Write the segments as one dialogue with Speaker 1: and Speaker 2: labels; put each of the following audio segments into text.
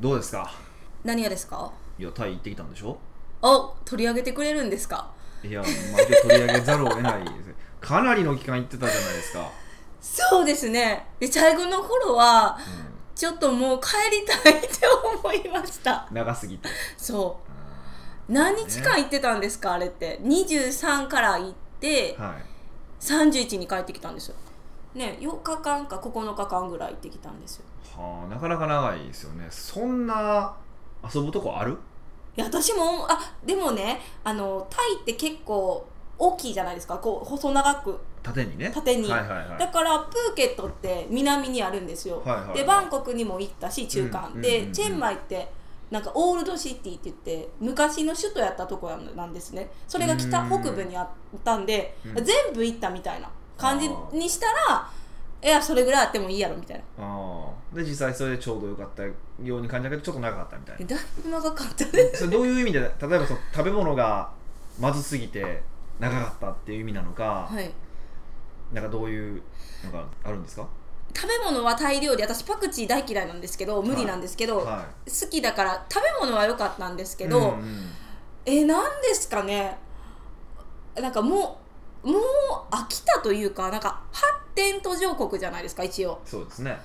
Speaker 1: どうですか
Speaker 2: 何がですか
Speaker 1: いやタイ行ってきたんでしょ
Speaker 2: お取り上げてくれるんですか
Speaker 1: いや、まあ、一応取り上げざるを得ないですねかなりの期間行ってたじゃないですか、
Speaker 2: そうですねで最後の頃はちょっともう帰りたいって思いました
Speaker 1: うん、長すぎて
Speaker 2: そうう何日間行ってたんですかあれって23から行って
Speaker 1: んはい
Speaker 2: 31に帰ってきたんですよね8日間か9日間ぐらい行ってきたんですよ
Speaker 1: はあなかなか長いですよねそんな遊ぶとこある
Speaker 2: いや私もあでもねあのタイって結構大きいじゃないですかこう細長く
Speaker 1: 縦にね
Speaker 2: 縦に
Speaker 1: はいはいはい
Speaker 2: だからプーケットって南にあるんですよ、
Speaker 1: はいはいはい
Speaker 2: でバンコクにも行ったし中
Speaker 1: うん
Speaker 2: 間、
Speaker 1: うんうん
Speaker 2: で
Speaker 1: うん
Speaker 2: チェンマイってなんかオールドシティって言って昔の首都やったとこやんなんですねそれが北
Speaker 1: うん
Speaker 2: 北部にあったんで、
Speaker 1: うん
Speaker 2: 全部行ったみたいな感じにしたらいやそれぐらいあってもいいやろみたいな
Speaker 1: ああで実際それでちょうどよかったように感じたけどちょっと長かったみたい
Speaker 2: で
Speaker 1: な
Speaker 2: だいぶ長かったね
Speaker 1: それどういう意味で例えばその食べ物がまずすぎて長かったっていう意味なのか、
Speaker 2: はい
Speaker 1: なんかどういうのがあるんですか
Speaker 2: 食べ物はタイ料理私パクチー大嫌いなんですけど無理なんですけど、
Speaker 1: は
Speaker 2: 好きだから食べ物は良かったんです
Speaker 1: い
Speaker 2: けど、
Speaker 1: うんうん
Speaker 2: えなんですかねなんかもうもう飽きたというかなんか発展途上国じゃないですか一応
Speaker 1: そうですね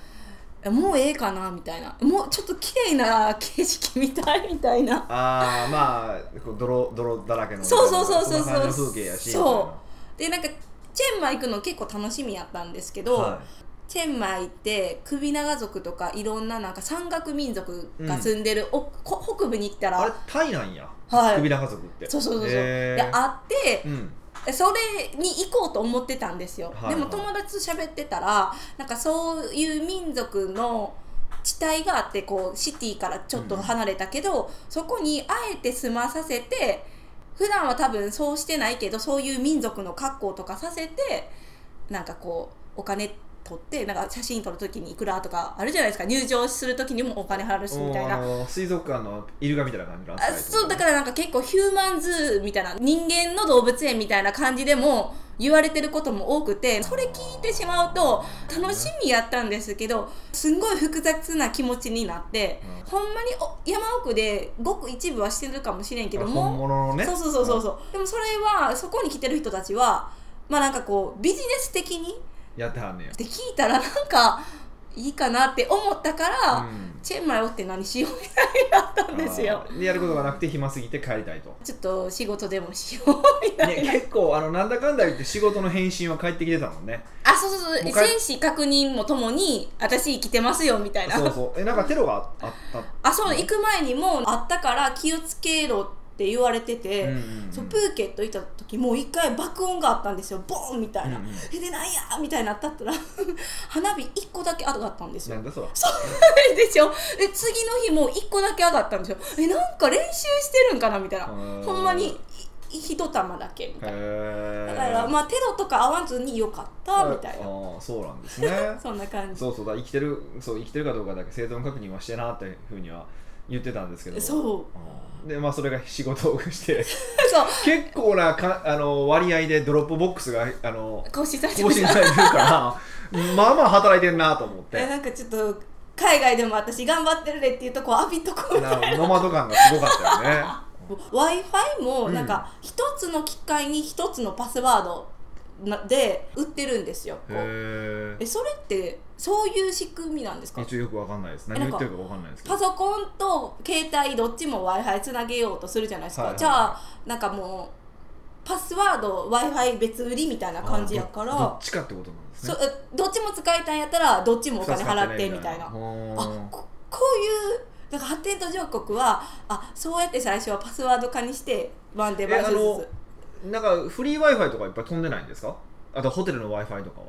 Speaker 2: もうええかなみたいなもうちょっと綺麗な 景色見たいみたいな
Speaker 1: ああまあこう泥泥だらけの
Speaker 2: そうそうそうそうそう
Speaker 1: こんな感じの風景やし
Speaker 2: そでなんかチェンマイ行くの結構楽しみやったんですけど、
Speaker 1: は
Speaker 2: チェンマイって首長族とかいろんななんか山岳民族が住んでる、おこ北部に行った
Speaker 1: い、あれ
Speaker 2: ら
Speaker 1: タイなんや、
Speaker 2: はい
Speaker 1: 首長族って
Speaker 2: そうそうそうそう、
Speaker 1: へ
Speaker 2: で
Speaker 1: ー
Speaker 2: あって、
Speaker 1: うん
Speaker 2: それに行こうと思ってたんですよ、
Speaker 1: はいはい
Speaker 2: でも友達と喋ってたらなんかそういう民族の地帯があってこうシティからちょっと離れたけど、そこにあえて住まさせて普段は多分そうしてないけどそういう民族の格好とかさせてなんかこうお金取ってなんか写真撮る時にいくらとかあるじゃないですか入場する時にもお金払うしみたい
Speaker 1: おーあ
Speaker 2: な。
Speaker 1: の水族館のイルカみたいな感じの
Speaker 2: あ
Speaker 1: 扱いってこと
Speaker 2: そうだからなんか結構ヒューマンズーみたいな人間の動物園みたいな感じでも言われてることも多くてそれ聞いてしまうと楽しみやったんですけどすんごい複雑な気持ちになって、
Speaker 1: うん
Speaker 2: ほんまにお山奥でごく一部はしてるかもしれんけど
Speaker 1: あ
Speaker 2: も
Speaker 1: 本物のね
Speaker 2: そうそうそうそうそう、でもそれはそこに来てる人たちはまあなんかこうビジネス的に
Speaker 1: やってはんねや
Speaker 2: って聞いたらなんかいいかなって思ったから、
Speaker 1: うん
Speaker 2: チェンマイおって何しようみたいになったんですよ
Speaker 1: あ。ーでやることがなくて暇すぎて帰りたいと、
Speaker 2: ちょっと仕事でもしようみたい
Speaker 1: ね、結構あのなんだかんだ言って仕事の返信は返ってきてたもん ね
Speaker 2: なあそうそうそう
Speaker 1: もう一回
Speaker 2: 戦士確認もともに私生きてますよみたいな
Speaker 1: そうそうえなんかテロがあった
Speaker 2: あそう行く前にもあったから気をつけろって言われてて、
Speaker 1: うんうんうん
Speaker 2: そうプーケット行った時もう一回爆音があったんですよボーンみたいな、
Speaker 1: うんうん
Speaker 2: えでなんやみたいになったったら花火一個だけ上がったんです
Speaker 1: な
Speaker 2: よ
Speaker 1: んだそら
Speaker 2: そうでしょで次の日もう一個だけ上がったんですよえなんか練習してるんかなみたいな
Speaker 1: うん
Speaker 2: ほんまにい一玉だけみたいな
Speaker 1: へえ
Speaker 2: だからまあテロとか合わずに良かったみたい
Speaker 1: あ
Speaker 2: な
Speaker 1: ーそうなん ですね
Speaker 2: そんな感じ
Speaker 1: そうそうだ生きてるそう生きてるかどうかだけ生存確認はしてなっていうふうには言ってたんですけど
Speaker 2: そう
Speaker 1: うんでまあそれが仕事をして
Speaker 2: そう
Speaker 1: 結構なかあの割合でドロップボックスがあの
Speaker 2: 更新されて
Speaker 1: 更
Speaker 2: ま
Speaker 1: 新
Speaker 2: した
Speaker 1: されてる からまあまあ働いてんなと思っ
Speaker 2: え
Speaker 1: て
Speaker 2: なんかちょっと海外でも私頑張ってるでっていうとこ浴びとこみたいな
Speaker 1: なノマド感がすごかった よね
Speaker 2: w i f i もなんか一つの機械に一つのパスワードなで売ってるんですよこう
Speaker 1: へ
Speaker 2: えそれってそういう仕組みなんです
Speaker 1: え
Speaker 2: か
Speaker 1: 一応よくわかんないです
Speaker 2: え
Speaker 1: 何
Speaker 2: な
Speaker 1: 言
Speaker 2: ん
Speaker 1: っ
Speaker 2: か
Speaker 1: てるかわかんないですけど
Speaker 2: パソコンと携帯どっちも w i f i つなげようとするじゃないですか、
Speaker 1: はいはい
Speaker 2: じゃあなんかもうパスワード w i f i 別売りみたいな感じやから
Speaker 1: あどどっちかってことなんです
Speaker 2: そ
Speaker 1: ね
Speaker 2: うえどっちも使いたいんやったらどっちもお金払ってみたいなあ
Speaker 1: あ
Speaker 2: ここういうなんか発展途上国はあそうやって最初はパスワード化にしてワンデバイスず
Speaker 1: えあの
Speaker 2: つ
Speaker 1: なんかフリー Wi-Fi とかいっぱい飛んでないんですかあとホテルの Wi-Fi とかは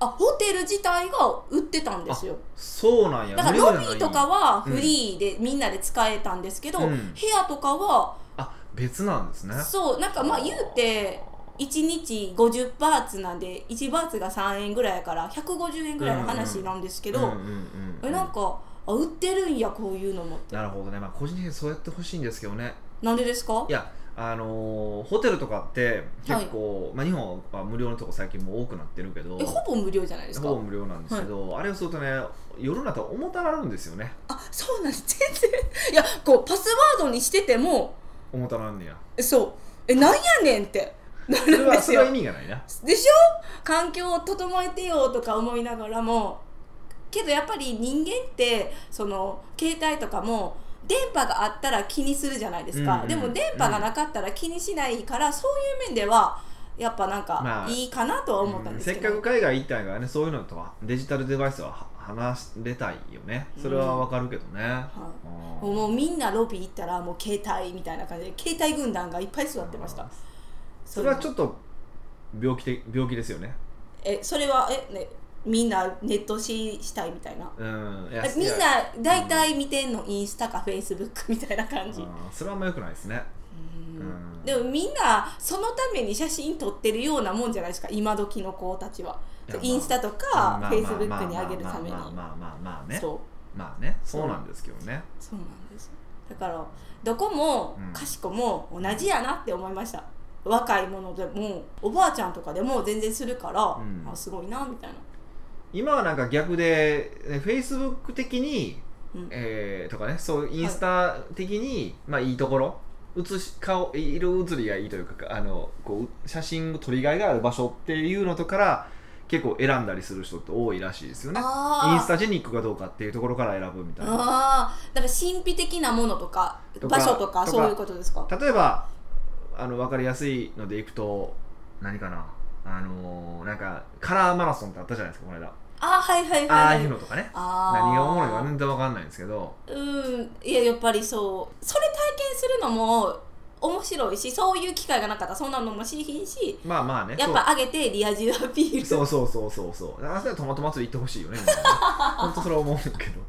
Speaker 2: あホテル自体が売ってたんですよ
Speaker 1: そうなんや
Speaker 2: だから
Speaker 1: 無料
Speaker 2: ロビ
Speaker 1: じゃない
Speaker 2: ーとかはフリーでみんなで使えたんですけど、
Speaker 1: うん
Speaker 2: 部屋とかは
Speaker 1: あ別なんですね
Speaker 2: そうなんかまあ言うて1日50バーツなんで1バーツが3円ぐらいやから150円ぐらいの話なんですけど、
Speaker 1: うんうんうん
Speaker 2: えなんかあ売ってるんやこういうのもって
Speaker 1: なるほどねまあ個人的にそうやってほしいんですけどね
Speaker 2: なんでですか
Speaker 1: いやああのーホテルとかって結構、まあ、日本は無料のとこ最近も多くなってるけど
Speaker 2: えほぼ無料じゃないですか
Speaker 1: ほぼ無料なんですけど、あれをするとね夜になったら重たなるんですよね
Speaker 2: あそうなんです全然いやこうパスワードにしてても
Speaker 1: 重たなんね や
Speaker 2: えそうえなんやねんってな
Speaker 1: それ
Speaker 2: るん
Speaker 1: は
Speaker 2: です
Speaker 1: それは
Speaker 2: よ
Speaker 1: 意味がないな
Speaker 2: でしょ環境を整えてよとか思いながらもけどやっぱり人間ってその携帯とかも電波があったら気にするじゃないですか、
Speaker 1: うんうん
Speaker 2: でも電波がなかったら気にしないから、そういう面ではやっぱなん
Speaker 1: ま
Speaker 2: か
Speaker 1: あ
Speaker 2: いいかなとは思ったんです
Speaker 1: せっ
Speaker 2: け
Speaker 1: か
Speaker 2: ど、
Speaker 1: く海外行ったんやからねそういうのとはデジタルデバイスは離れたいよねそれはわかるけどね、
Speaker 2: は
Speaker 1: うん
Speaker 2: いもうみんなロビー行ったらもう携帯みたいな感じで携帯軍団がいっぱい座ってました
Speaker 1: それはちょ
Speaker 2: っと
Speaker 1: っと病気で病気ですよね
Speaker 2: えそれはえ、ね、みんなネットししたいみたいな
Speaker 1: うんいや
Speaker 2: えみ
Speaker 1: い
Speaker 2: ん
Speaker 1: や
Speaker 2: な大体見てんのインスタかフェイスブックみたいな感じ、
Speaker 1: うんそれはあんま良くないですね
Speaker 2: うんでもみんなそのために写真撮ってるようなもんじゃないですか今時の子たちは、
Speaker 1: いやまあ
Speaker 2: インスタとかフェイスブックに上げるために
Speaker 1: まあまあまあまあまあまあまあまあね
Speaker 2: そう
Speaker 1: まあねそうなんですけどね
Speaker 2: そうなんですだからどこも
Speaker 1: うん
Speaker 2: かしこも同じやなって思いました、若いものでもおばあちゃんとかでも全然するから、
Speaker 1: うん
Speaker 2: あすごいなみたいな、
Speaker 1: 今はなんか逆でフェイスブック的に、
Speaker 2: うん
Speaker 1: えーとかねそうインスタ的に、まあいいところ写し顔色写りがいいというかあのこう写真の撮りがいがある場所っていうのとから結構選んだりする人って多いらしいですよね
Speaker 2: あー
Speaker 1: インスタジェニックかどうかっていうところから選ぶみたいな
Speaker 2: あーだから神秘的なものとか
Speaker 1: とか
Speaker 2: 場所とか
Speaker 1: とか
Speaker 2: そういうことですか
Speaker 1: 例えばあの分かりやすいのでいくと何かなあのーなんかカラーマラソンってあったじゃないですかこの間
Speaker 2: あーはいはい
Speaker 1: あ
Speaker 2: は
Speaker 1: あい
Speaker 2: い、は
Speaker 1: う
Speaker 2: い、
Speaker 1: のとかね
Speaker 2: あー
Speaker 1: 何がおもろいか全然分かんないんですけど
Speaker 2: うんいややっぱりそうそれ体験するのも面白いしそういう機会がなかったらそんなのも知りひんし
Speaker 1: まあまあね
Speaker 2: やっぱ上げてリア充アピール
Speaker 1: そうそうそうそうそうあそれはトマト祭り行ってほしいよねみん なねほんとそれは思うんだけど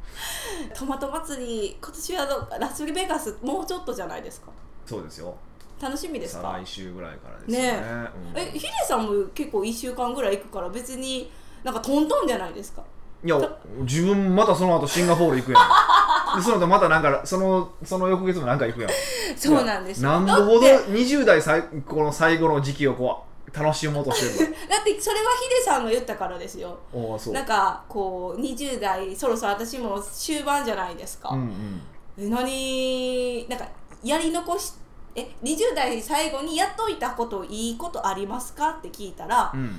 Speaker 2: トマト祭り今年はどうかラスベガスもうちょっとじゃないですか
Speaker 1: そうですよ
Speaker 2: 楽しみです
Speaker 1: 再
Speaker 2: か
Speaker 1: 来週ぐらいからですよね
Speaker 2: ねえヒデさんも結構1週間ぐらい行くから別になんかトントンじゃないですか
Speaker 1: うん、いや自分またその後シンガポール行くやんでその後またなんかそのその翌月もなんか行くやん
Speaker 2: そうなんですよ
Speaker 1: なんぼほど
Speaker 2: だって
Speaker 1: 20代最この最後の時期をこう楽しもうとしてる
Speaker 2: だってそれはヒデさんが言ったからですよ
Speaker 1: のおおそう
Speaker 2: なんかこう20代そろそろ私も終盤じゃないですか、
Speaker 1: うんうん
Speaker 2: え何なんかやり残しえ20代最後にやっといたこといいことありますかって聞いたら、
Speaker 1: うん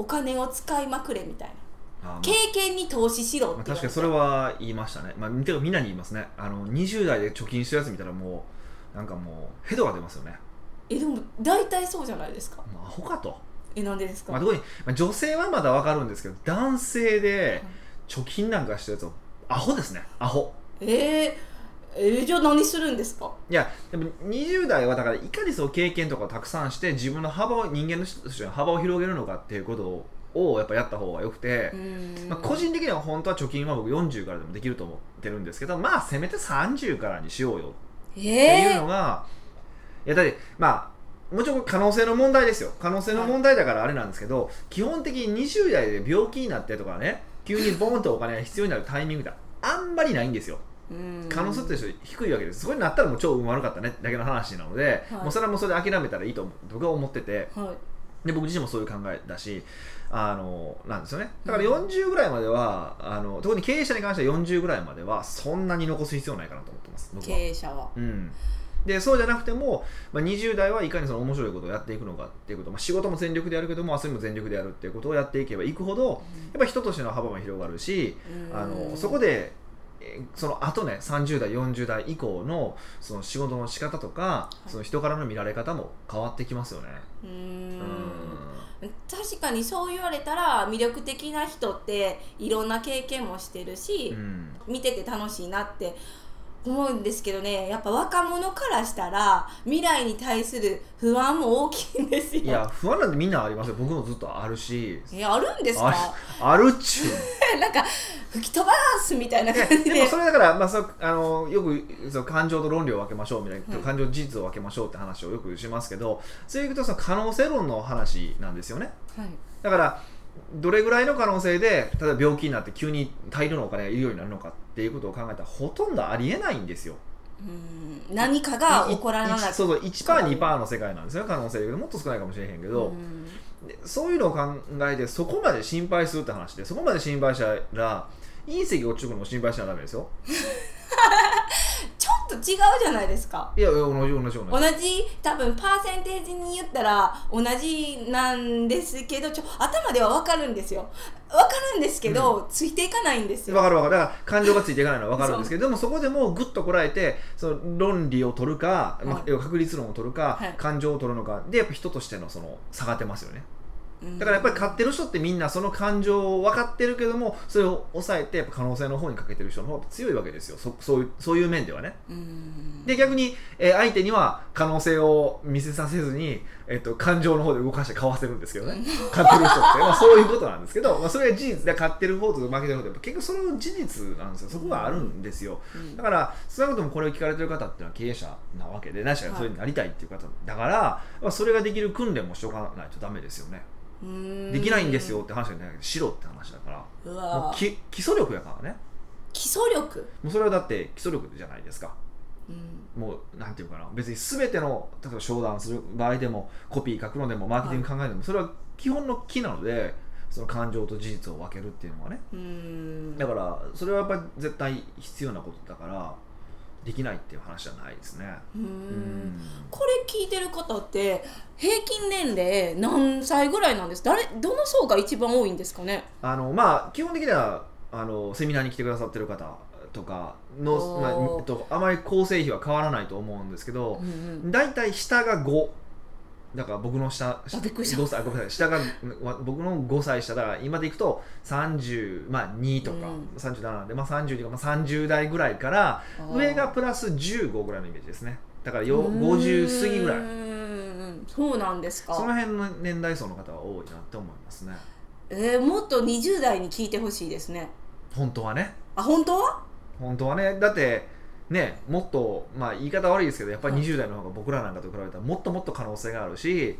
Speaker 2: お金を使いまくれみたいな
Speaker 1: あーまあ
Speaker 2: 経験に投資しろ
Speaker 1: ま
Speaker 2: っ
Speaker 1: あ
Speaker 2: て言
Speaker 1: 確
Speaker 2: わ
Speaker 1: かに
Speaker 2: れて
Speaker 1: それは言いましたね、まあ、てかみんなに言いますねあの20代で貯金してるやつ見たらもうなんかもうヘドが出ますよね
Speaker 2: えでも大体そうじゃないですか
Speaker 1: まあアホかと、
Speaker 2: えなんでですか、
Speaker 1: まあ、特に、まあ、女性はまだわかるんですけど男性で貯金なんかしてるやつはアホですねアホ
Speaker 2: えーえーじゃあ何するんですか
Speaker 1: いやでも20代はだからいかにその経験とかをたくさんして自分の幅を人間の人としての幅を広げるのかっていうことをやっぱやった方がよくて
Speaker 2: う、ーん
Speaker 1: まあ、個人的には本当は貯金は僕40からでもできると思ってるんですけどまあせめて30からにしようよっていう
Speaker 2: え
Speaker 1: の
Speaker 2: ー、
Speaker 1: が、いやだってまあもちろん可能性の問題ですよ可能性の問題だからあれなんですけど、基本的に20代で病気になってとかね急にボーンとお金が必要になるタイミングってあんまりないんですよ
Speaker 2: うーん
Speaker 1: 可能性として低いわけですそこになったらもう超運悪かったねだけの話なので、
Speaker 2: はい
Speaker 1: もうそれはもうそれで諦めたらいいと思う僕は思ってて
Speaker 2: はい
Speaker 1: で僕自身もそういう考えだしあのなんですよねだから
Speaker 2: うん
Speaker 1: 40ぐらいまではあの特に経営者に関しては40ぐらいまではそんなに残す必要ないかなと思ってます僕
Speaker 2: 経
Speaker 1: は。
Speaker 2: 営者は
Speaker 1: うん、でそうじゃなくても、まあ、20代はいかにその面白いことをやっていくのかっていうこと、まあ、仕事も全力でやるけども遊びも全力でやるっていうことをやっていけばいくほどやっぱ人としての幅も広がるしあのそこ
Speaker 2: で
Speaker 1: でえーその後ね30代40代以降のその仕事の仕方とか
Speaker 2: い
Speaker 1: その人からの見られ方も変わってきますよね。
Speaker 2: うー
Speaker 1: うん
Speaker 2: ん確かにそう言われたら魅力的な人っていろんな経験もしてる
Speaker 1: う
Speaker 2: し、
Speaker 1: ん
Speaker 2: 見てて楽しいなって思うんですけどねやっぱ若者からしたら未来に対する不安も大きいんですよ。
Speaker 1: いや不安なんてみんなありますよ僕もずっとあるし
Speaker 2: えあるんです
Speaker 1: あ
Speaker 2: か
Speaker 1: あるっちゅう
Speaker 2: なんか吹き飛ばすみたいな感じ
Speaker 1: でも
Speaker 2: で
Speaker 1: それだから、まあ、そうあのよくそう感情と論理を分けましょうみたいな、
Speaker 2: はい
Speaker 1: 感情と事実を分けましょうって話をよくしますけどそれいくとその可能性論の話なんですよね
Speaker 2: はい
Speaker 1: だからどれぐらいの可能性で例えば病気になって急に大量のお金がいるようになるのかっていうことを考えたらほとんどありえないんですよ
Speaker 2: うん何かが起こらない
Speaker 1: いそうそう1%、2%の世界なんですよ、可能性がもっと少ないかもしれへんけど、
Speaker 2: うん
Speaker 1: でそういうのを考えて、そこまで心配するって話で、そこまで心配したら、隕石が落ちてくるのも心配しちゃダメですよ。
Speaker 2: ちょっと違うじゃないですか
Speaker 1: いや、いや同じ、同じ、同
Speaker 2: 同
Speaker 1: じ。
Speaker 2: じ多分パーセンテージに言ったら同じなんですけどちょ頭では分かるんですよ分かるんですけど、ついていかないんです
Speaker 1: わ
Speaker 2: よ
Speaker 1: かるわかる。だから感情がついていかないのはわかるんですけど、でもそこでもうぐっとこらえて、その論理を取るか、まあ
Speaker 2: はい
Speaker 1: 要は確率論を取るか、
Speaker 2: はい
Speaker 1: 感情を取るのか、で、やっぱ人としてのその差が出ますよね。だからやっぱり買ってる人ってみんなその感情を分かってるけどもそれを抑えてやっぱ可能性の方にかけてる人の方が強いわけですよそそういうそういう面ではね
Speaker 2: うん
Speaker 1: で逆に、えー相手には可能性を見せさせずに、えっと感情の方で動かして買わせるんですけどね買ってる人って、まあ、そういうことなんですけど、まあ、それは事実で買ってる方と負けてる方で結局その事実なんですよそこがあるんですよ
Speaker 2: うん
Speaker 1: だから少なくともこれを聞かれてる方っていうのは経営者なわけで何しろそれになりたいっていう方だから、まあ、それができる訓練もしておかないとダメですよね
Speaker 2: うん
Speaker 1: できないんですよって話じゃないけどしろって話だから
Speaker 2: う
Speaker 1: も
Speaker 2: わ
Speaker 1: うき基礎力やからね
Speaker 2: 基礎力、
Speaker 1: もうそれはだって基礎力じゃないですか
Speaker 2: うん
Speaker 1: もうなんていうかな別に全ての例えば商談する場合でもコピー書くのでもマーケティング考えるのでも、それは基本の木なのでその感情と事実を分けるっていうのはね
Speaker 2: うん
Speaker 1: だからそれはやっぱり絶対必要なことだからできないっていう話じゃないですね
Speaker 2: うん
Speaker 1: うん
Speaker 2: これ聞いてる方って平均年齢何歳ぐらいなんです誰どの層が一番多いんですかね
Speaker 1: あのまあ基本的にはあのセミナーに来てくださってる方とかの、
Speaker 2: おー
Speaker 1: まあえっと、あまり構成比は変わらないと思うんですけど、
Speaker 2: うん
Speaker 1: 大体下が5だから僕の下
Speaker 2: あびっくりした
Speaker 1: 5歳あごめんなさい下がわ僕の5歳下だから今でいくと32、まあ、2とか、
Speaker 2: うん
Speaker 1: 37なんで、まあ、30とか、まあ、30代ぐらいから
Speaker 2: うん
Speaker 1: 上がプラス15ぐらいのイメージですねだからよ
Speaker 2: うーん
Speaker 1: 50過ぎぐらい
Speaker 2: そうなんです
Speaker 1: その
Speaker 2: か、
Speaker 1: 辺の年代層の方は多いなって思いますね
Speaker 2: えー、もっと20代に聞いてほしいですね
Speaker 1: 本当はね
Speaker 2: あ本当は
Speaker 1: 本当はねだってねもっとまあ言い方悪いですけどやっぱり
Speaker 2: はい
Speaker 1: 20代の方が僕らなんかと比べたらもっともっと可能性があるし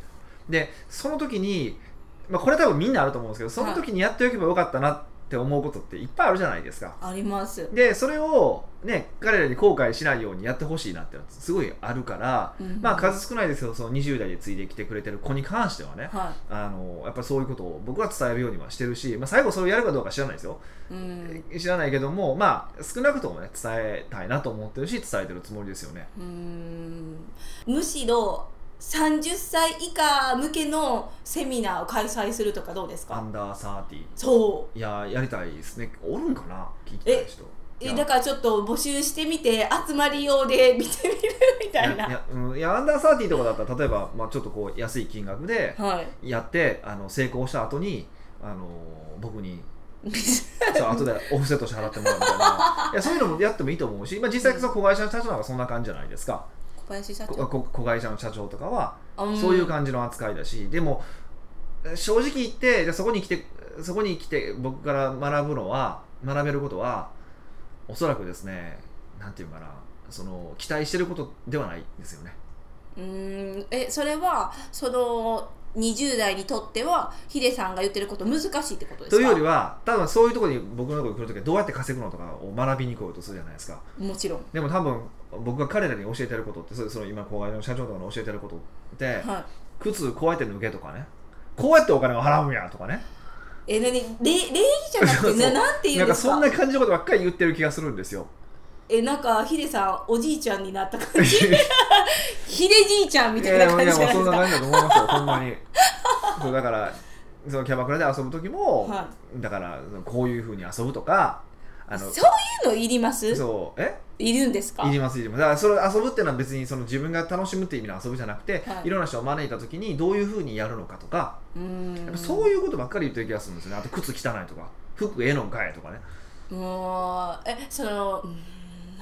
Speaker 1: でその時に、まあ、これ多分みんなあると思うんですけどその時にやっておけばよかったなって思うことっていっぱいあるじゃないですか
Speaker 2: あります、
Speaker 1: でそれをね彼らに後悔しないようにやってほしいなってのはすごいあるから
Speaker 2: うん
Speaker 1: まあ数少ないですけどその20代でついてきてくれてる子に関してはね
Speaker 2: は
Speaker 1: あのやっぱそういうことを僕は伝えるようにはしてるし、まあ、最後それをやるかどうか知らないですよ
Speaker 2: い、うん
Speaker 1: 知らないけども、まあ、少なくともね伝えたいなと思ってるし伝えてるつもりですよね
Speaker 2: うーんむしろ30歳以下向けのセミナーを開催するとかどうです
Speaker 1: ア
Speaker 2: か
Speaker 1: ンダーサーティ
Speaker 2: そう
Speaker 1: いややりたいですねおるんかな聞きたい人い
Speaker 2: え
Speaker 1: や
Speaker 2: だからちょっと募集してみて集まり用で見てみるみたい
Speaker 1: い
Speaker 2: な
Speaker 1: やうんいやアンダーサーティとかだったら例えば、まあ、ちょっとこう安い金額で
Speaker 2: はい
Speaker 1: やってあの成功した後にあの僕に
Speaker 2: う
Speaker 1: そう後でオフセットして払ってもらうみたい ないやそういうのもやってもいいと思うし、まあ、実際その子会社の社長なんかそんな感じじゃないですか
Speaker 2: 小林社
Speaker 1: こ
Speaker 2: 長
Speaker 1: こ子会社の社長とかは
Speaker 2: あん
Speaker 1: そういう感じの扱いだし、でもえー正直言ってじゃあそこに来てそこに来て僕から学ぶのは学べることはおそらくですねなんていうかなその期待してることではないですよね。
Speaker 2: うーんえそれはその20代にとってはヒデさんが言ってること難しいってことですか
Speaker 1: というよりは多分そういうところに僕のところに来るときはどうやって稼ぐのとかを学びに来ようとするじゃないですか。
Speaker 2: もちろん、
Speaker 1: でも多分僕が彼らに教えてることってそうその今後輩の社長とかに教えてることって
Speaker 2: は
Speaker 1: 靴こうやって脱げとかねこうやってお金を払うんやとかね
Speaker 2: い、え何礼礼儀じゃなくて
Speaker 1: そう
Speaker 2: ななんて言
Speaker 1: な
Speaker 2: うん
Speaker 1: か
Speaker 2: んですか
Speaker 1: そんな感じのことばっかり言ってる気がするんですよ。
Speaker 2: えなんかヒデさんおじいちゃんになった感 じヒデじいちゃんみたいな感じじゃない
Speaker 1: や
Speaker 2: で
Speaker 1: やもうそん
Speaker 2: す
Speaker 1: な感じだと思い
Speaker 2: か
Speaker 1: ますよ、ほんま に。そうだから、そのキャバクラで遊ぶ時も、
Speaker 2: は
Speaker 1: だから、こういうふうに遊ぶとか、あ
Speaker 2: そ
Speaker 1: の
Speaker 2: ういうのいります
Speaker 1: そう、え
Speaker 2: いるんですか
Speaker 1: いります、いります。だから、それ遊ぶっていうのは別にその自分が楽しむっていう意味の遊ぶじゃなくて、
Speaker 2: はい
Speaker 1: い、ろんな人を招いた時にどういうふうにやるのかとか、
Speaker 2: うーん
Speaker 1: やっぱそういうことばっかり言ってる気がするんですよね。あと、靴汚いとか、服ええのんかいとかね。
Speaker 2: もうえそのうーん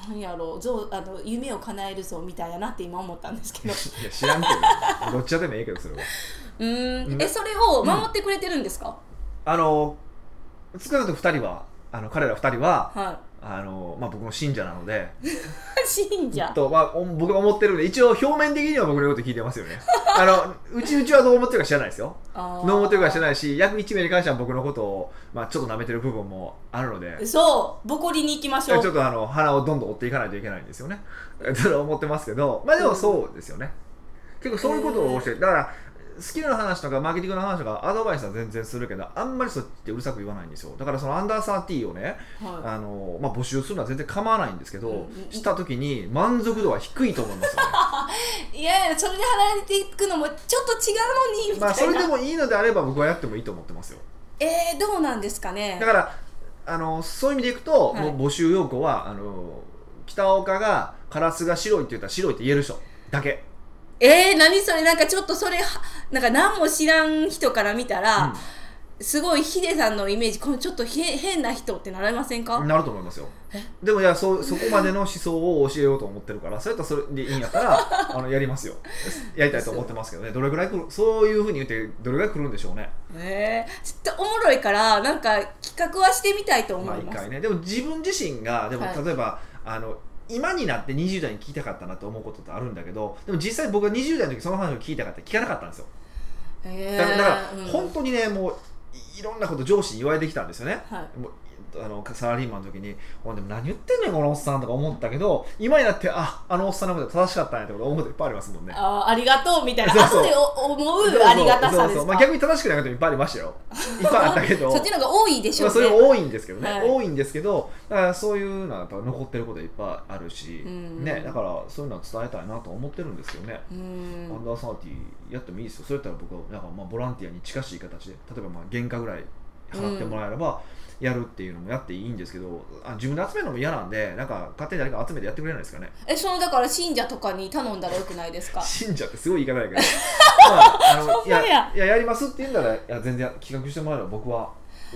Speaker 2: なんやろう像あの夢を叶えるぞみたいやなって今思ったんです け
Speaker 1: い
Speaker 2: ど
Speaker 1: や知らんけど、どっちやでもええけど、それは。
Speaker 2: うー
Speaker 1: うん
Speaker 2: んえそれを守ってくれてるんですか、
Speaker 1: あの、少なくとも2人は、あの彼ら2人は、
Speaker 2: は
Speaker 1: あの、まあ、僕も信者なので
Speaker 2: 信者
Speaker 1: と、まあ、お僕は思ってるんで一応表面的には僕のこと聞いてますよね あのうちうちはどう思ってるか知らないですよ
Speaker 2: あ
Speaker 1: ど
Speaker 2: ー
Speaker 1: う思ってるか知らないし約1名に関しては僕のことを、まあ、ちょっと舐めてる部分もあるので
Speaker 2: そうボコリに行きまし
Speaker 1: ちょ
Speaker 2: ょ
Speaker 1: っ
Speaker 2: う
Speaker 1: とあの鼻をどんどん追っていかないといけないんですよね と思ってますけどまあでもそうですよね、結構そういうことをしてだからスキルの話とかマーケティングの話とかアドバイスは全然するけどあんまりそっちってうるさく言わないんですよだからそのアンダーサーティーをね
Speaker 2: は
Speaker 1: あの、まあ、募集するのは全然構わないんですけど、
Speaker 2: うん
Speaker 1: した時に満足度は低いと思いますよね
Speaker 2: い、いやいやそれで離れていくのもちょっと違うのにみ
Speaker 1: ま
Speaker 2: たいな、
Speaker 1: あそれでもいいのであれば僕はやってもいいと思ってますよ
Speaker 2: えー、どうなんですかね
Speaker 1: だからあのそういう意味でいくと、
Speaker 2: はい
Speaker 1: もう募集要項はあの北岡がカラスが白いって言ったら白いって言える人だけ
Speaker 2: えー、何それなんかちょっとそれはなんか何も知らん人から見たら、すごいヒデさんのイメージこのちょっとへ変な人ってなれませんか、
Speaker 1: なると思いますよでもいやそそこまでの思想を教えようと思ってるからそうやったらそれでいいんやった らあのやりますよやりたいと思ってますけどねどれぐらい来るそういうふうに言ってどれぐらい来るんでしょうね
Speaker 2: えー、ちょっとおもろいからなんか企画はしてみたいと思
Speaker 1: まあ
Speaker 2: い
Speaker 1: 一
Speaker 2: ます、
Speaker 1: 回ねでも自分自身がでも
Speaker 2: はい
Speaker 1: 例えば、あの今になって20代に聞きたかったなと思うことってあるんだけどでも実際僕は20代の時その話を聞いたかった聞かなかったんですよ
Speaker 2: え
Speaker 1: だからだから
Speaker 2: ーうん
Speaker 1: 本当にねもういいろんなこと上司に言われてきたんですよね
Speaker 2: はい
Speaker 1: もうあのサラリーマンの時に「お前でも何言ってんねんこのおっさん」とか思ったけど今になって「ああのおっさんのこと正しかったんや」ってこと思うこといっぱいありますもんね。
Speaker 2: あーありがとうみたいな
Speaker 1: そうそう
Speaker 2: 後でお思
Speaker 1: そうそう
Speaker 2: うありがたさですか
Speaker 1: そうそうまあ、逆に正しくないこといっぱいありましたよ。いっぱいあったけ ど
Speaker 2: そっちの方が多いでしょ
Speaker 1: まあ、
Speaker 2: う
Speaker 1: それ
Speaker 2: ね、
Speaker 1: も多いんですけどね、
Speaker 2: はい
Speaker 1: 多いんですけどだからそういうのはやっぱ残ってることいっぱいあるし、
Speaker 2: うん
Speaker 1: ね、だからそういうのは伝えたいなと思ってるんですけどね。
Speaker 2: う
Speaker 1: アン
Speaker 2: ん
Speaker 1: ダーサーティーやってもいいですよ、それやったら僕はなんかまあボランティアに近しい形で、例えばまあ原価ぐらい払ってもらえれば、やるっていうのもやっていいんですけど、あ自分で集めるのも嫌なんで、なんか勝手に誰か集めてやってくれないですかね、
Speaker 2: えそのだから信者とかに頼んだらよくないですか
Speaker 1: 信者ってすごい言い方やけ ど、まああの
Speaker 2: そ
Speaker 1: いう
Speaker 2: なんや
Speaker 1: やいや、やりますって言うんなら、いや全然企画してもらえれば僕は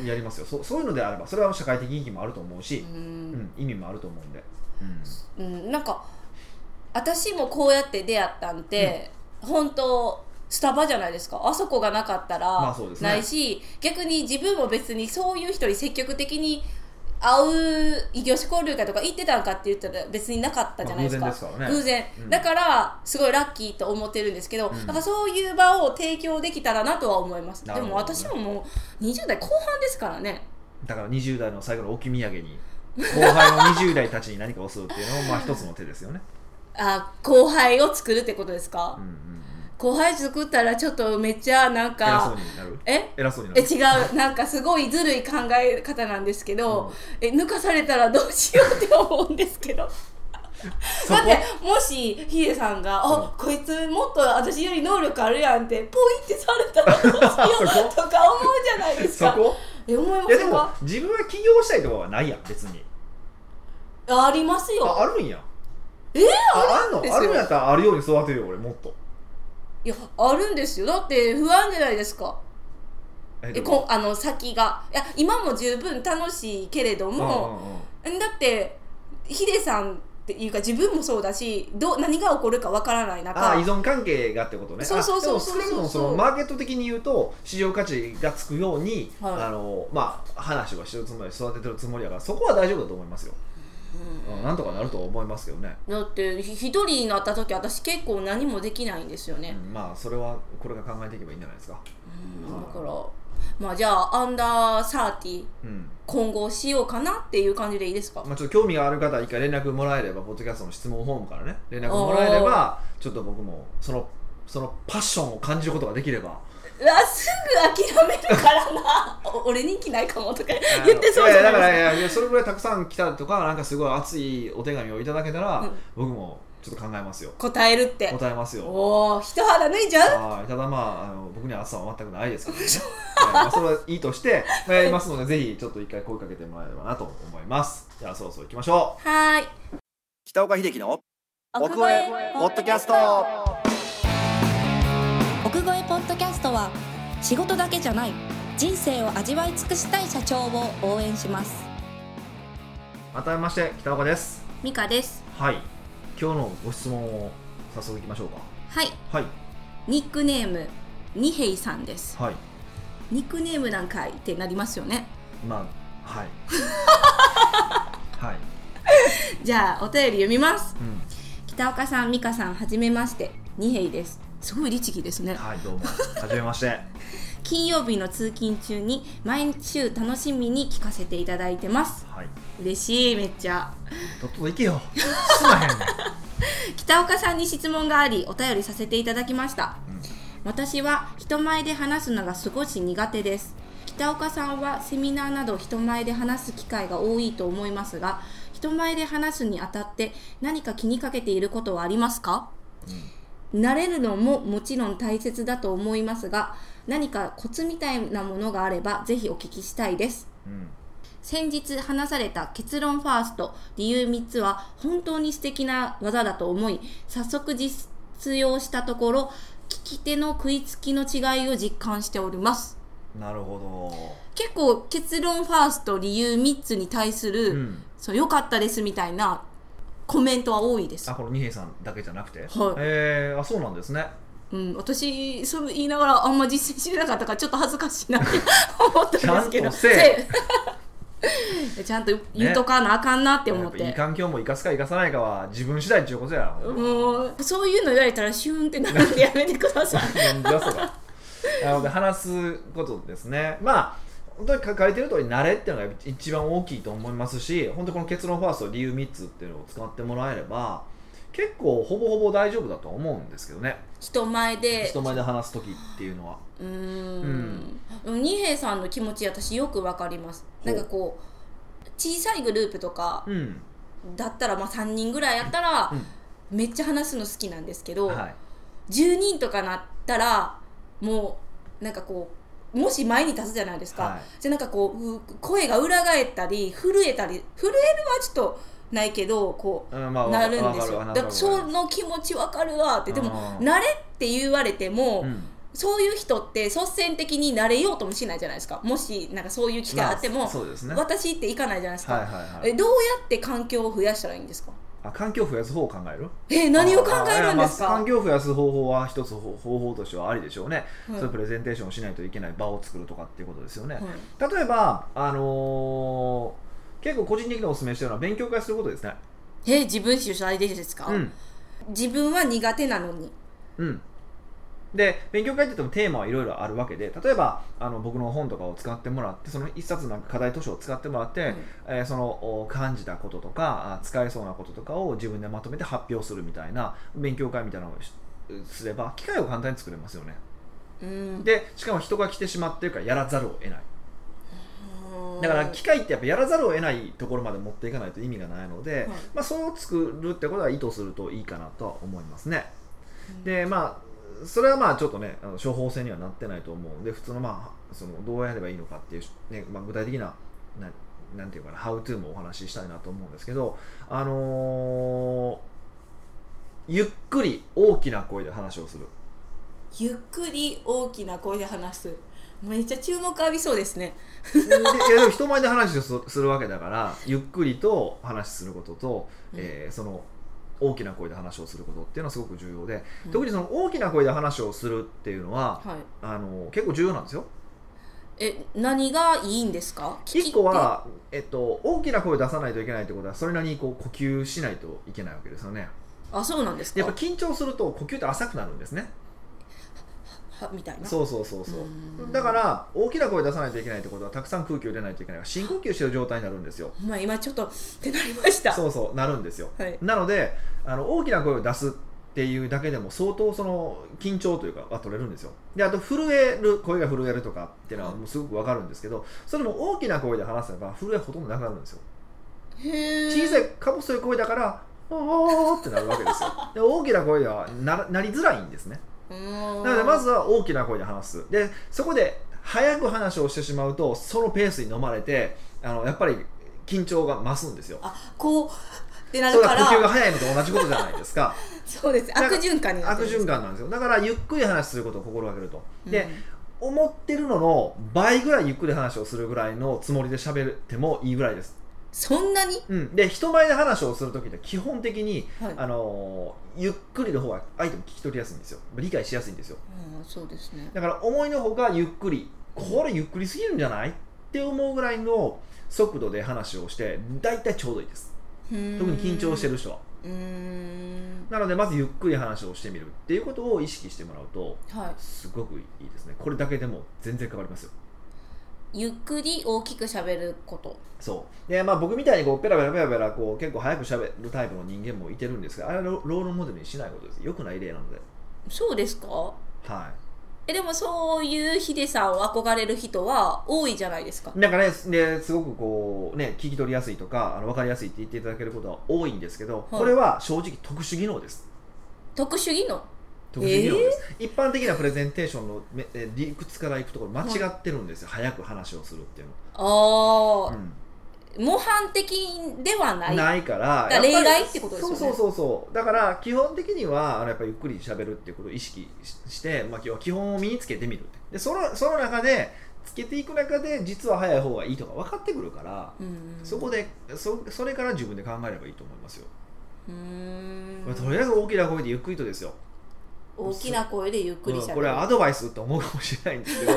Speaker 1: やりますよ、そそういうのであれば、それは社会的意義もあると思う
Speaker 2: う
Speaker 1: し、うん
Speaker 2: ん、
Speaker 1: 意味もあると思うんで。うん
Speaker 2: うん、なんか私もこうやって出会ったんで、本当スタバじゃないですかあそこがなかった
Speaker 1: まあ
Speaker 2: ら
Speaker 1: そうですね
Speaker 2: ないし、逆に自分も別にそういう人に積極的に会う異業種交流会とか行ってたんかって言ったら別になかったじゃないですか、
Speaker 1: まあ偶然ですからね
Speaker 2: 偶然
Speaker 1: うん
Speaker 2: だからすごいラッキーと思ってるんですけど、
Speaker 1: うん
Speaker 2: なんかそういう場を提供できたらなとは思います、
Speaker 1: な
Speaker 2: で
Speaker 1: るほど
Speaker 2: も私ももう20代後半ですからね
Speaker 1: だから20代の最後の置き土産に後輩の20代たちに何かをするっていうのもまあ一つの手ですよね。
Speaker 2: あ後輩を作るってことですか、
Speaker 1: うんうんうん
Speaker 2: 後輩作ったらちょっとめっちゃなん
Speaker 1: 偉そう
Speaker 2: か
Speaker 1: になる
Speaker 2: え
Speaker 1: 偉そうにな
Speaker 2: え
Speaker 1: る
Speaker 2: 違うなんかすごいずるい考え方なんですけど、え抜かされたらどうしようって思うんですけど
Speaker 1: そ
Speaker 2: だ
Speaker 1: こ
Speaker 2: ってもしヒデさんが「あ、こいつもっと私より能力あるやん」ってポイってされたらどうしよう
Speaker 1: そ
Speaker 2: とか思うじゃないです
Speaker 1: そ
Speaker 2: か
Speaker 1: こ
Speaker 2: え思いま
Speaker 1: いやで
Speaker 2: せん
Speaker 1: も
Speaker 2: か
Speaker 1: 自分は起業したいとかはないやん別に
Speaker 2: あありますよ
Speaker 1: ああるんや
Speaker 2: えー
Speaker 1: ああん
Speaker 2: ん
Speaker 1: の
Speaker 2: ですよ
Speaker 1: あるんやったらあるように育てるよ俺もっと
Speaker 2: いやあるんですよだって不安じゃないですか
Speaker 1: え
Speaker 2: えこあの先がいや今も十分楽しいけれど
Speaker 1: う
Speaker 2: も、
Speaker 1: んうんうん
Speaker 2: んだってヒデさんっていうか自分もそうだしどう何が起こるかわからない中
Speaker 1: あ依存関係がってことね
Speaker 2: そうそうそう
Speaker 1: あでも少なくともそ
Speaker 2: そうそうそ
Speaker 1: の
Speaker 2: う
Speaker 1: マーケット的に言うと市場価値がつくように、
Speaker 2: はい
Speaker 1: あのまあ話はしてるつもり育ててるつもりやからそこは大丈夫だと思いますよ、うん、なんとかなると思いますけどね、
Speaker 2: だってひ一人になった時私結構何もできないんですよ
Speaker 1: う
Speaker 2: ね、
Speaker 1: ん、まあそれはこれが考えていけばいいんじゃないですか
Speaker 2: うんだからまあじゃあアンダーサーティ
Speaker 1: うん
Speaker 2: 今後しようかなっていう感じでいいですか、
Speaker 1: まあ、ちょっと興味がある方は一回連絡もらえればポッドキャストの質問フォームからね連絡もらえればちょっと僕もそのそのパッションを感じることができれば
Speaker 2: うわすぐ諦めるからな お俺人気ないかもとか言ってそう
Speaker 1: い
Speaker 2: じゃ
Speaker 1: や
Speaker 2: な
Speaker 1: や
Speaker 2: い
Speaker 1: だから
Speaker 2: いですか
Speaker 1: いやいやそれぐらいたくさん来たとかなんかすごい熱いお手紙をいただけたら、
Speaker 2: うん
Speaker 1: 僕もちょっと考えますよ
Speaker 2: 答えるって
Speaker 1: 答えますよ
Speaker 2: おお一肌脱いじゃう
Speaker 1: はいただまああの僕には熱さは全くないですけどね、はいまあ、それはいいとして、 まあ、やりますのでぜひちょっと一回声かけてもらえればなと思いますじゃあそろそろ行きましょう
Speaker 2: はーい
Speaker 1: 北岡秀樹の
Speaker 2: 奥越え奥越えポッドキャストは仕事だけじゃない人生を味わい尽くしたい社長を応援します
Speaker 1: 改めまして北岡です
Speaker 2: ミカです
Speaker 1: はい今日のご質問を早速いきましょうか
Speaker 2: はい
Speaker 1: はい
Speaker 2: ニックネームニヘイさんです
Speaker 1: はい
Speaker 2: ニックネームなんかいってなりますよね
Speaker 1: まあはいはい、
Speaker 2: じゃあお便り読みます
Speaker 1: うん、
Speaker 2: 北岡さん美香さんはじめましてニヘイですすごい律儀ですね
Speaker 1: はいどうもはじめまして
Speaker 2: 金曜日の通勤中に毎週楽しみに聞かせていただいてます
Speaker 1: はい
Speaker 2: 嬉しいめっちゃ
Speaker 1: とっとと行けよすまへんねん、
Speaker 2: 北岡さんに質問がありお便りさせていただきました
Speaker 1: うん
Speaker 2: 私は人前で話すのが少し苦手です北岡さんはセミナーなど人前で話す機会が多いと思いますが人前で話すにあたって何か気にかけていることはありますか
Speaker 1: うん
Speaker 2: 慣れるのももちろん大切だと思いますが何かコツみたいなものがあればぜひお聞きしたいです
Speaker 1: うん
Speaker 2: 先日話された結論ファースト理由3つは本当に素敵な技だと思い早速実用したところ聞き手の食いつきの違いを実感しております
Speaker 1: なるほ
Speaker 2: 結構結論ファースト理由3つに対す
Speaker 1: ど、
Speaker 2: る、
Speaker 1: うん、
Speaker 2: そう良かったですみたいなコメントは多いです
Speaker 1: あ、これ二平さんだけじゃなくて、
Speaker 2: はい
Speaker 1: えー、あそうなんですね
Speaker 2: うん、私そう言いながらあんま実践してなかったからちょっと恥ずかしいなって思ったんですけ
Speaker 1: ち
Speaker 2: ど
Speaker 1: ゃんとせえ
Speaker 2: せえ ちゃんと言うとかなあかんなって思
Speaker 1: や
Speaker 2: っ
Speaker 1: ぱ
Speaker 2: て、
Speaker 1: いい環境も生かすか生かさないかは自分次第っていうことやろ
Speaker 2: もうそういうの言われたらシュンってなるんでやめてくださ
Speaker 1: な
Speaker 2: い
Speaker 1: んだそれ なので話すことですねまあ本当に書かれてる通り慣れっていうのが一番大きいと思いますし本当この結論ファースト理由3つっていうのを使ってもらえれば結構ほぼほぼ大丈夫だとは思うんですけどね
Speaker 2: 人前で
Speaker 1: 人前で話す時っていうのは
Speaker 2: うーんでも二平さんの気持ち私よくわかります
Speaker 1: ほ
Speaker 2: な
Speaker 1: うん
Speaker 2: かこう小さいグループとか
Speaker 1: うん
Speaker 2: だったら、まあ、3人ぐらいやったら、
Speaker 1: うん
Speaker 2: めっちゃ話すの好きなんですけど、
Speaker 1: はい
Speaker 2: 10人とかなったらもうなんかこうもし前に立つじゃないですか、
Speaker 1: はい
Speaker 2: じゃあなんかこうう声が裏返ったり震えたり震えるはちょっとないけどこ
Speaker 1: うんまあ
Speaker 2: う
Speaker 1: わ
Speaker 2: なる
Speaker 1: わか
Speaker 2: んですよ
Speaker 1: るわかるわかる
Speaker 2: だからその気持ちわかるわってでも
Speaker 1: あー
Speaker 2: 慣れって言われても、
Speaker 1: うん
Speaker 2: そういう人って率先的に慣れようともしないじゃないですかもしなんかそういう機会あっても、
Speaker 1: まあそうですねはい
Speaker 2: 私っていかないじゃないですか、
Speaker 1: はいはい
Speaker 2: えどうやって環境を増やしたらいいんですか
Speaker 1: あ環境を増やす方を考える
Speaker 2: え何を考えるんです
Speaker 1: あいやまあ
Speaker 2: か
Speaker 1: 環境を増やす方法は一つ方方法としてはありでしょうね、
Speaker 2: はい
Speaker 1: それプレゼンテーションをしないといけない場を作るとかっていうことですよね、
Speaker 2: はい
Speaker 1: 例えば、あのー結構個人的にお勧めしてるのは勉強会することですね
Speaker 2: え自分主催でですか、
Speaker 1: うん
Speaker 2: 自分は苦手なのに
Speaker 1: うんで勉強会って言ってもテーマはいろいろあるわけで例えばあの僕の本とかを使ってもらってその一冊なんか課題図書を使ってもらって、
Speaker 2: うん
Speaker 1: えーそのお感じたこととかあ使えそうなこととかを自分でまとめて発表するみたいな勉強会みたいなのをしすれば機会を簡単に作れますよね
Speaker 2: うん
Speaker 1: でしかも人が来てしまってるからやらざるを得ない
Speaker 2: うん
Speaker 1: だから機械ってやっぱやらざるを得ないところまで持っていかないと意味がないので、
Speaker 2: はい
Speaker 1: まあ、それを作るってことは意図するといいかなとは思いますね、
Speaker 2: うん
Speaker 1: でまあそれはまあちょっとねあの処方箋にはなってないと思うんで普通のまあそのどうやればいいのかっていう、ねまあ、具体的なななんていうかなハウトゥーもお話ししたいなと思うんですけどあのーゆっくり大きな声で話をする
Speaker 2: ゆっくり大きな声で話すめっちゃ注目浴びそうですね
Speaker 1: でいやでも人前で話をすするわけだからゆっくりと話することと、えーその大きな声で話をすることっていうのはすごく重要で、
Speaker 2: うん
Speaker 1: 特にその大きな声で話をするっていうのは
Speaker 2: はい
Speaker 1: あの結構重要なんですよ。
Speaker 2: え何がいいんですか聞き
Speaker 1: 一個は、えっと、大きな声を出さないといけないってことはそれなりにこう呼吸しないといけないわけですよね。
Speaker 2: 手あそうなんです
Speaker 1: でやっ
Speaker 2: か
Speaker 1: ぱ緊張すると呼吸って浅くなるんですね。
Speaker 2: はみたいな
Speaker 1: そうそうそうそうう。
Speaker 2: ん
Speaker 1: だから大きな声出さないといけないってことはたくさん空気を入れないといけない深呼吸してる状態になるんですよ。
Speaker 2: まあ今ちょっとってなりました
Speaker 1: そうそうなるんですよ。
Speaker 2: はい
Speaker 1: なのであの大きな声を出すっていうだけでも相当その緊張というかは取れるんですよであと震える声が震えるとかっていうのはもうすごくわかるんですけどそれも大きな声で話せば震えほとんどなくなるんですよ
Speaker 2: へー
Speaker 1: 小さいか細い声だからおーおーってなるわけですよで大きな声ではななりづらいんですね
Speaker 2: う
Speaker 1: なんのでまずは大きな声で話すでそこで早く話をしてしまうとそのペースに飲まれてあのやっぱり緊張が増すんですよ
Speaker 2: あこうってな
Speaker 1: そ
Speaker 2: る
Speaker 1: れ
Speaker 2: か
Speaker 1: は
Speaker 2: ら
Speaker 1: 呼吸が早いのと同じことじゃないですか
Speaker 2: そうです
Speaker 1: なん
Speaker 2: 悪
Speaker 1: か
Speaker 2: 循環になっ
Speaker 1: 悪循
Speaker 2: てるんです
Speaker 1: 環なんですよだからゆっくり話することを心がけると、
Speaker 2: うん
Speaker 1: で思ってるのの倍ぐらいゆっくり話をするぐらいのつもりで喋ってもいいぐらいです、
Speaker 2: そんなに
Speaker 1: うん、で人前で話をするときって基本的に、
Speaker 2: はい
Speaker 1: あのーゆっくりの方が相手も聞き取りやすいんですよ理解しやすいんですよ
Speaker 2: うんそうですね
Speaker 1: だから思いのほかゆっくりこれゆっくりすぎるんじゃないっって思うぐらいの速度で話をして大体ちょうどいいです特に緊張してる人は
Speaker 2: うーん
Speaker 1: なのでまずゆっくり話をしてみるっていうことを意識してもらうと
Speaker 2: は
Speaker 1: すごくいいですねこれだけでも全然変わりますよ
Speaker 2: いゆっくり大きく喋ること
Speaker 1: そうでまあ、僕みたいにこうペラペラペラペラこう結構早くしゃべるタイプの人間もいてるんですがあれはロロールモデルにしないことですよくない例なので、
Speaker 2: そうですか
Speaker 1: は
Speaker 2: えでもそういうヒデさんを憧れる人は多いじゃないですか
Speaker 1: い、なんかねですごくこう、ね、聞き取りやすいとかあの分かりやすいって言っていただけることは多いんですけど、
Speaker 2: はい
Speaker 1: これは正直特殊技能です
Speaker 2: 特殊技能
Speaker 1: 特殊技能です、一般的なプレゼンテーションのめえ理屈からいくところ間違ってるんですよ、早く話をするっていうの、
Speaker 2: ああ、
Speaker 1: うん
Speaker 2: 模範的ではない
Speaker 1: ないからや
Speaker 2: だから
Speaker 1: ぱり
Speaker 2: 例外ってことですよね
Speaker 1: そうそうそうそうだから基本的にはあのやっぱりゆっくり喋るっていうことを意識しして、まあ、基本基本を身につけてみるってでそのその中でつけていく中で実は早い方がいいとか分かってくるから、
Speaker 2: うん
Speaker 1: そこでそそれから自分で考えればいいと思いますよ、
Speaker 2: うーん
Speaker 1: まあとりあえず大きな声でゆっくりとですよ
Speaker 2: 大きな声でゆっくり
Speaker 1: うん
Speaker 2: 喋る、
Speaker 1: これはアドバイスって思うかもしれないんですけど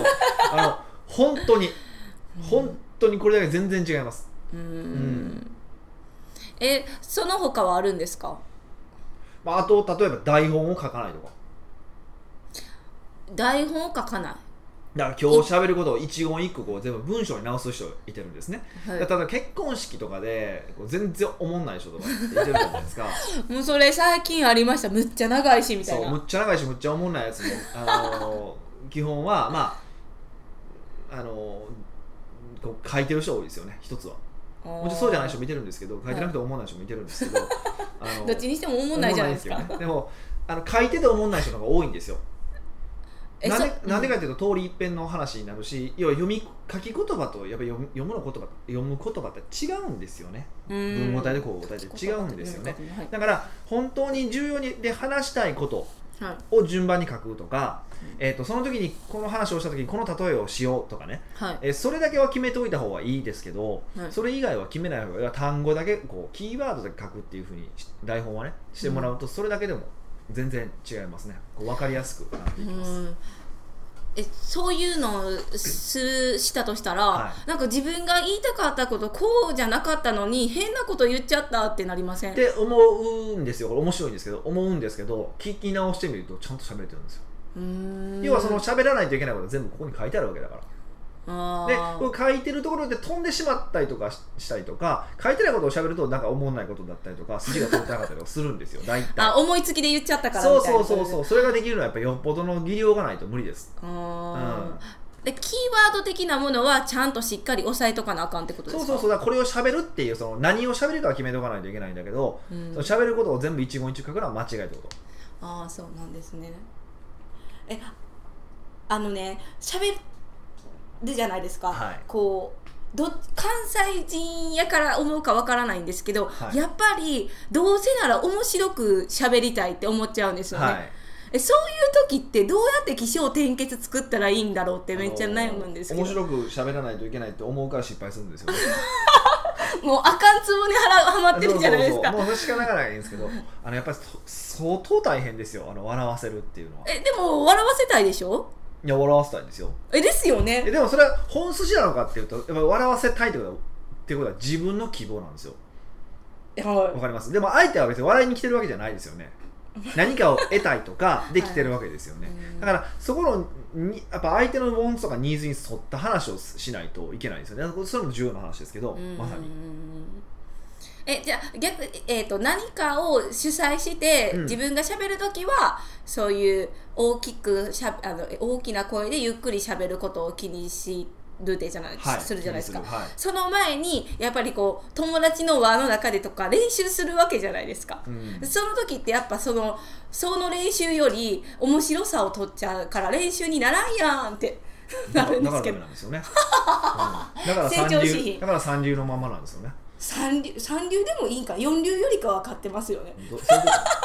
Speaker 1: あの本当に本当にこれだけ全然違います
Speaker 2: うん
Speaker 1: ん
Speaker 2: えその他はあるんですか
Speaker 1: まあ、あと例えば台本を書かないとか
Speaker 2: 台本を書かな
Speaker 1: だから今日喋ることを一言一句こう全部文章に直す人いてるんですね、
Speaker 2: い、は
Speaker 1: だからただ結婚式とかでこう全然思んない人とかっていてるじゃないですか
Speaker 2: い、もうそれ最近ありましたむっちゃ長いし みたい
Speaker 1: そうむ
Speaker 2: な
Speaker 1: っちゃ長いしむっちゃ思んないやつも、あのー基本はまああのーこう書いてる人多いですよね一つはも
Speaker 2: も
Speaker 1: ちろんそうじゃない人もいてるんですけど書いてなくて思わない人もいてるんですけど、あのー
Speaker 2: どっちにしても思んないじゃないですか
Speaker 1: 思わなよねでもあの書いてて思んない人の方が多いんですよ
Speaker 2: え
Speaker 1: なんで
Speaker 2: そ
Speaker 1: なんでかっていうと通り一遍の話になるし要は読み書き言葉とやっぱり読む読むの言葉読む言葉って違うんですよね
Speaker 2: うん
Speaker 1: 文語体でこう語体で違うんですよね
Speaker 2: はい
Speaker 1: だから本当に重要にで話したいこと
Speaker 2: はい
Speaker 1: を順番に書くとか
Speaker 2: う、
Speaker 1: えー、とその時にこの話をした時にこの例えをしようとかね、
Speaker 2: はい
Speaker 1: えーそれだけは決めておいた方がいいですけど、
Speaker 2: はい
Speaker 1: それ以外は決めない方が要は単語だけこうキーワードだけ書くっていうふうにし台本はねしてもらうとそれだけでも全然違いますねこう分かりやすくなっていきます。
Speaker 2: うんえそういうのをするしたとしたら、
Speaker 1: は
Speaker 2: なんか自分が言いたかったことこうじゃなかったのに変なこと言っちゃったってなりませ
Speaker 1: っ
Speaker 2: ん
Speaker 1: て思うんですよこれ面白いんですけど思うんですけど聞き直してみるとちゃんと喋れてるんですよ、
Speaker 2: うーん
Speaker 1: 要はその喋らないといけないことは全部ここに書いてあるわけだから
Speaker 2: あ
Speaker 1: で
Speaker 2: ー
Speaker 1: これ書いてるところで飛んでしまったりとかししたりとか書いてないことを喋るとなんか思わないことだったりとか筋が通ってなかったりとかするん ですよ大体
Speaker 2: あ思いつきで言っちゃったから
Speaker 1: そ
Speaker 2: み
Speaker 1: う
Speaker 2: たい
Speaker 1: そ
Speaker 2: な
Speaker 1: うそうそうそれができるのはやっぱよっぽどの技量がないと無理です、うん
Speaker 2: あーでキーワード的なものはちゃんとしっかり押さえとかなあかんってことです
Speaker 1: そう
Speaker 2: か
Speaker 1: そうそうだからこれを喋るっていうその何を喋るかは決めておかないといけないんだけど、
Speaker 2: うん
Speaker 1: その喋ることを全部一言一句書くのは間違いってこと
Speaker 2: ああそうなんですねえあのね喋るじゃないですか、
Speaker 1: はい
Speaker 2: こうど関西人やから思うかわからないんですけど、
Speaker 1: はい
Speaker 2: やっぱりどうせなら面白く喋りたいって思っちゃうんですよね、
Speaker 1: はい
Speaker 2: えそういう時ってどうやって起承転結作ったらいいんだろうってめっちゃ悩むんですけど、
Speaker 1: あのー面白く喋らないといけないって思うから失敗するんですよ、 ね、
Speaker 2: もうあかんつぼにはらはまってるじゃないですか
Speaker 1: そうそうそうもうそれしかながないんですけどあのやっぱりそ相当大変ですよあの笑わせるっていうのは
Speaker 2: えでも笑わせたいでしょ
Speaker 1: いや笑わせたいんですよ
Speaker 2: えですよ
Speaker 1: え
Speaker 2: ね
Speaker 1: でもそれは本筋なのかっていうとやっぱり笑わせたいってことはってことは自分の希望なんですよわ
Speaker 2: は
Speaker 1: かりますでも相手は別に笑いに来てるわけじゃないですよ ね何かを得たいとかできてるわけですよね、
Speaker 2: うん
Speaker 1: だからそこのにやっぱ相手のウォンツとかニーズに沿った話をしないといけないんですよねそれも重要な話ですけど、
Speaker 2: い
Speaker 1: まさに
Speaker 2: にえじゃあ逆、えー、と何かを主催して、
Speaker 1: うん
Speaker 2: 自分がしゃべる時はそういう大きくしゃあのえ大きな声でゆっくりしゃべることを気にしるでじゃない、
Speaker 1: はい
Speaker 2: するじゃないですか
Speaker 1: 気にるはい
Speaker 2: その前にやっぱりこう友達の輪の中でとか練習するわけじゃないですか、
Speaker 1: うん
Speaker 2: その時ってやっぱそのその練習より面白さを取っちゃうから練習にならんやんってなるんですけど
Speaker 1: だからダメなんですよね、うん だから三
Speaker 2: 成長しひ
Speaker 1: 流
Speaker 2: ん
Speaker 1: だから三流のままなんですよね
Speaker 2: 三流三流でもいいんか四流よりかは買ってますよね
Speaker 1: どそういうこと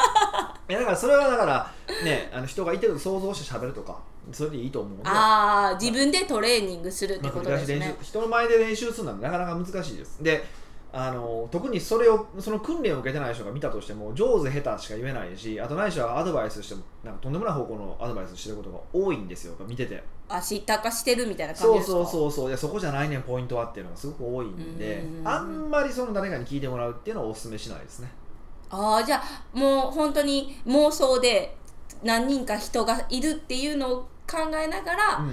Speaker 1: いやだからそれはだからねあの人がいてると想像して喋るとかそれでいいと思うんで
Speaker 2: ああ自分でトレーニングするって
Speaker 1: まあ
Speaker 2: こ
Speaker 1: 繰
Speaker 2: と
Speaker 1: り返
Speaker 2: で
Speaker 1: し
Speaker 2: す
Speaker 1: 練
Speaker 2: ね
Speaker 1: 習人の前で練習するのはなかなか難しいですであの特にそれをその訓練を受けてない人が見たとしても上手下手しか言えないしあとないしはアドバイスしてもなんかとんでもない方向のアドバイスしてることが多いんですよ見てて
Speaker 2: あ知ったかしてるみたいな感じ
Speaker 1: そう
Speaker 2: ですか
Speaker 1: そうそうそういやそこじゃないねんポイントはっていうのがすごく多いんで
Speaker 2: うん
Speaker 1: あんまりその誰かに聞いてもらうっていうのはお勧めしないですね
Speaker 2: ああじゃあもう本当に妄想で何人か人がいるっていうのを考えなが
Speaker 1: う
Speaker 2: ら
Speaker 1: ん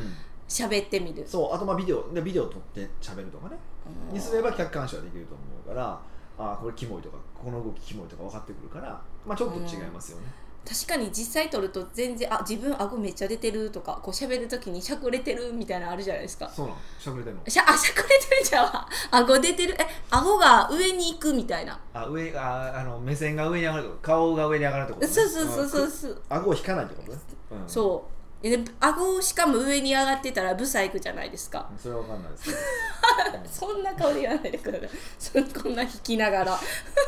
Speaker 2: 喋ってみる、
Speaker 1: そうあとまあビデオでビデオ撮って喋るとかね
Speaker 2: うん
Speaker 1: にすれば客観視はできると思うからあーこれキモいとかこの動きキモいとか分かってくるから、まあ、ちょっと違いますよね、
Speaker 2: 確かに実際撮ると全然あ自分顎めっちゃ出てるとかこう喋る時にしゃくれてるみたいなのあるじゃないですか
Speaker 1: そうなのしゃくれてんの
Speaker 2: しゃあしゃくれてるじゃんわ顎出てるえ顎が上に行くみたいな、
Speaker 1: あ上ああの目線が上に上がると顔が上に上がるってこと、ね、
Speaker 2: そうそうそうそ
Speaker 1: ん
Speaker 2: うそう
Speaker 1: 顎を引かないってことね、うん、う
Speaker 2: そうで顎しかも上に上がってたらブサイクじゃないですか
Speaker 1: それは分かんないですけ どうん
Speaker 2: そんな顔で言わないでくださいそんこんな引きながら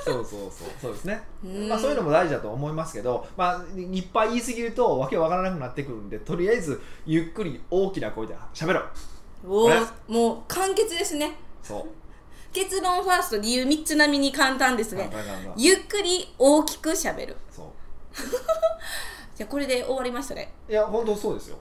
Speaker 1: そうそうそうそうですね、
Speaker 2: うん
Speaker 1: まあ、そういうのも大事だと思いますけど、まあ、いっぱい言い過ぎるとわけわからなくなってくるんでとりあえずゆっくり大きな声で喋ろう
Speaker 2: お
Speaker 1: あ
Speaker 2: おもう簡潔ですね
Speaker 1: そう
Speaker 2: 結論ファースト理由3つ並みに簡単です
Speaker 1: 簡
Speaker 2: ね
Speaker 1: 単簡単
Speaker 2: ゆっくり大きくしゃべる
Speaker 1: そう
Speaker 2: じゃあこれで終わりましたね
Speaker 1: いや本当そうですよ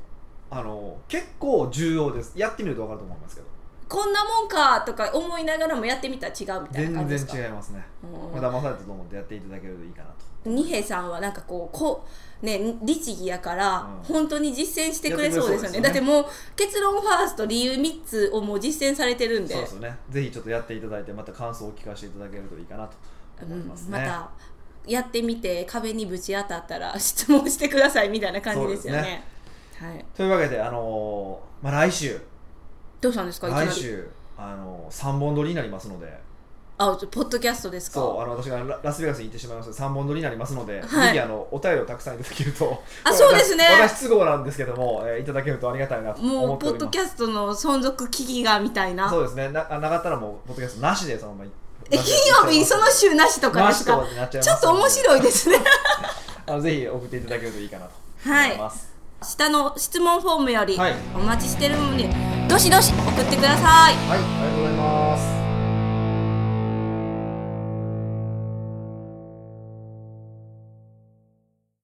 Speaker 1: あの結構重要ですやってみると分かると思いますけど
Speaker 2: こんなもんかとか思いながらもやってみたら違うみたい
Speaker 1: 全
Speaker 2: な感じですか
Speaker 1: 然違いますね、
Speaker 2: うん
Speaker 1: まあ騙されたと思ってやっていただけるといいかなと
Speaker 2: 二瓶さんはなんかこうこうね律儀やから、
Speaker 1: うん
Speaker 2: 本当に実践してくれそうです
Speaker 1: やってくれそう
Speaker 2: よね
Speaker 1: ですよね
Speaker 2: だってもう結論ファースト理由3つをもう実践されてるんで
Speaker 1: そうですよねぜひちょっとやっていただいてまた感想を聞かせていただけるといいかなと
Speaker 2: う
Speaker 1: 思い
Speaker 2: ん
Speaker 1: ますね、
Speaker 2: またやってみて壁にぶち当たったら質問してくださいみたいな感じですよねはい、
Speaker 1: というわけであのーまあ来週
Speaker 2: どうしたんですかいきなり
Speaker 1: 来週あのー、3本撮りになりますので
Speaker 2: あポッドキャストですか
Speaker 1: そうあの私がララスベガスに行ってしまいました3本撮りになりますので、
Speaker 2: はい
Speaker 1: ぜひあのお便りをたくさんいただけると
Speaker 2: あそうですね
Speaker 1: 私私都合なんですけども、えーいただけるとありがたいなと
Speaker 2: も
Speaker 1: 思
Speaker 2: う
Speaker 1: ってお
Speaker 2: ポッ
Speaker 1: ります
Speaker 2: ドキャストの存続危機がみたいな
Speaker 1: そうですねななかったらもうポッドキャストなしでそのまま
Speaker 2: え金曜日その週なしとか
Speaker 1: な
Speaker 2: で
Speaker 1: し
Speaker 2: す
Speaker 1: と
Speaker 2: か
Speaker 1: かになっちゃいます
Speaker 2: ちょっと面
Speaker 1: い
Speaker 2: 白いですね
Speaker 1: あのぜひ送っていただけるといいかなと
Speaker 2: はい
Speaker 1: 思います、
Speaker 2: 下の質問フォームより
Speaker 1: はい
Speaker 2: お待ちしてるのでどしどし送ってください
Speaker 1: はい、ありがとうございます